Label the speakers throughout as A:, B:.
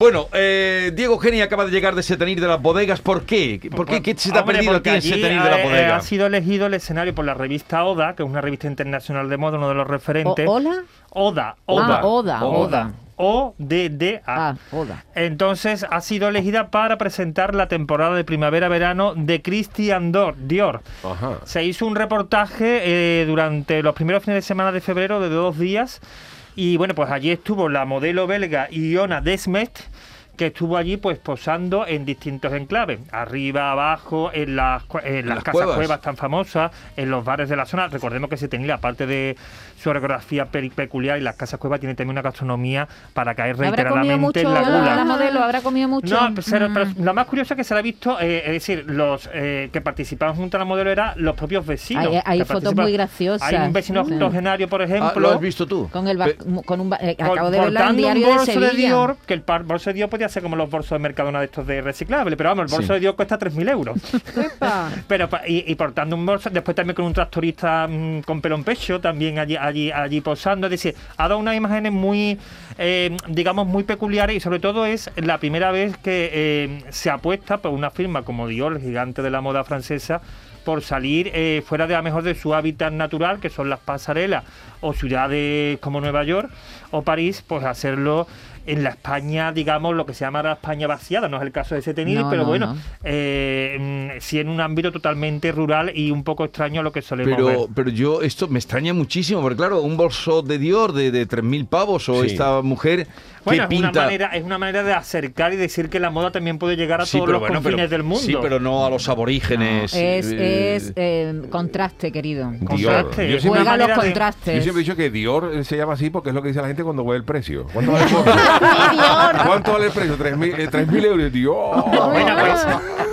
A: Bueno, eh, Diego Geni acaba de llegar de Setenir de las Bodegas. ¿Por qué? ¿Por qué? ¿Qué se te ha
B: Hombre,
A: perdido aquí
B: porque
A: en
B: allí
A: Setenir de
B: ha-
A: las
B: Ha
A: Bodegas?
B: sido elegido el escenario por la revista Oda, que es una revista internacional de moda, uno de los referentes.
C: O- ¿Hola?
B: Oda,
A: Oda.
B: Oda.
C: Ah,
A: Oda.
C: Oda, Oda.
B: O D D A.
C: Ah, Oda.
B: Entonces ha sido elegida para presentar la temporada de primavera-verano de Christian Dor- Dior.
A: Ajá.
B: Se hizo un reportaje eh, durante los primeros fines de semana de febrero de dos días. Y bueno, pues allí estuvo la modelo belga Iona Desmet, que estuvo allí pues posando en distintos enclaves. Arriba, abajo, en las, cue- en las,
A: las
B: casas
A: cuevas.
B: cuevas. tan famosas, en los bares de la zona. Recordemos que se tenía, aparte de su orografía peri- peculiar, y las casas cuevas tiene también una gastronomía para caer
C: Habrá comido
B: reiteradamente
C: mucho
B: en la gula.
C: la modelo, habrá comido mucho.
B: No, pero, pero-
C: Mm.
B: pero lo más curioso es que se la ha visto, eh, es decir, los eh, que participaban junto a la modelo eran los propios vecinos.
C: Hay- hay
B: que
C: fotos
B: participan.
C: muy graciosas.
B: Hay un vecino
C: Sí.
B: octogenario, por
A: Ah, ¿Lo
B: ejemplo.
A: has visto tú?
C: Con el ba-
A: Pe-
C: con un ba- eh,
B: col-
C: acabo de verlo en el
B: portando un
C: diario de
B: bolso
C: Sevilla.
B: de Dior, que el par- bolso de Dior podía ser como los bolsos de Mercadona de estos de reciclable, pero vamos, el bolso
A: Sí.
B: de Dior cuesta 3.000 euros.
C: Epa.
B: Pero pa- y, y portando un bolso, después también con un tractorista mm, con pelo en pecho, también allí, allí, allí posando. Es decir, ha dado unas imágenes muy, eh, digamos, muy peculiares y sobre todo es la primera vez que eh, se apuesta por una firma como Dior, el gigante de la moda francesa, por salir eh, fuera de a lo mejor de su hábitat natural, que son las pasarelas o ciudades como Nueva York o París, pues hacerlo en la España, digamos, lo que se llama la España vaciada, no es el caso de ese tenis,
C: No,
B: pero
C: no,
B: bueno,
C: no.
B: eh, mm, sí en un ámbito totalmente rural y un poco extraño a lo que solemos ver.
A: Pero, pero yo, esto me extraña muchísimo, porque claro, un bolso de Dior de, de 3.000 pavos o
D: Sí.
A: esta mujer
B: Bueno,
A: que
B: es una,
A: pinta...
B: manera, es una manera de acercar y decir que la moda también puede llegar a
A: Sí,
B: todos
A: pero
B: los
A: bueno,
B: confines
A: pero-
B: del mundo.
A: Sí, pero no a los aborígenes.
C: es es
A: eh,
C: eh, contraste, querido.
B: Contraste.
D: Dior. Yo
B: Es una
D: siempre-
C: Juega los
B: manera de-
C: contrastes.
D: Yo siempre he dicho que Dior eh, se llama así porque es lo que dice la gente cuando ve el precio. ¿Cuánto vale el precio? ¿Cuánto vale el precio? ¿Tres mil, eh, tres mil euros? Dior.
B: Bueno, pues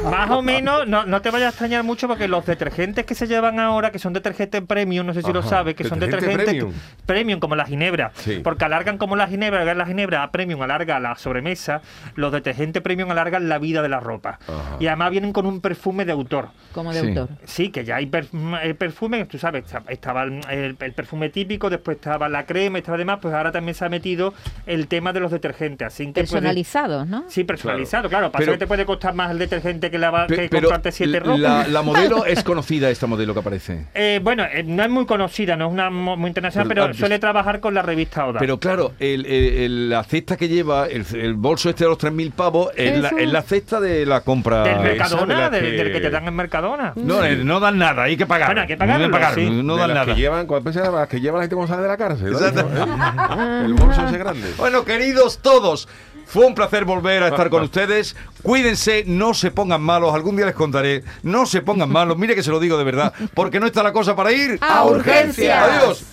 B: más o menos, no, no te vayas a extrañar mucho porque los detergentes que se llevan ahora, que son detergentes premium, no sé si lo
D: Ajá,
B: sabes, que son
D: detergente
B: detergentes que-
D: premium.
B: premium, como la ginebra,
D: Sí.
B: porque alargan como la ginebra, alargan la ginebra a premium, alarga la sobremesa, los detergentes premium alargan la vida de la ropa.
D: Ajá.
B: Y además vienen con un perfume de autor.
C: Como de
A: Sí.
C: autor.
B: Sí, que ya hay perfume, el perfume, tú sabes, esta- estaba el, el- el perfume típico, después estaba la crema, estaba demás, pues ahora también se ha metido el tema de los detergentes, así que puede-
C: Personalizados, ¿no?
B: Sí, personalizado, claro. Pasa
A: Pero-
B: que te puede costar más el detergente que, lava-
A: pe-
B: que
A: pero
B: comprarte siete ropas.
A: la, la modelo es conocida, esta modelo que aparece.
B: Eh, bueno, eh, no es muy conocida, no es una mo- muy internacional,
A: Pero
B: pero,
A: has visto-
B: suele trabajar con la revista Oda.
A: Pero claro, el, el- el- la cesta que lleva, el, el bolso este de los 3.000 pavos, es la,
C: Eso.
A: es la cesta de la compra. Eh,
B: del
D: esa
B: Mercadona,
D: de la
B: del,
D: que-
B: del que te dan en Mercadona.
A: No, eh, no dan nada, hay que pagar.
B: Bueno, hay que pagarlo, sí.
A: No
D: De
A: dan
D: las
A: nada.
D: Que llevan, ¿cuál es las que lleva la gente cuando sale de la cárcel? ¿no? El bolso ese grande.
A: Bueno, queridos todos, fue un placer volver a
D: Ah,
A: estar con ustedes. Cuídense, no se pongan malos. Algún día les contaré. No se pongan malos. Mire que se lo digo de verdad, porque no está la cosa para ir
C: A urgencias.
A: Adiós.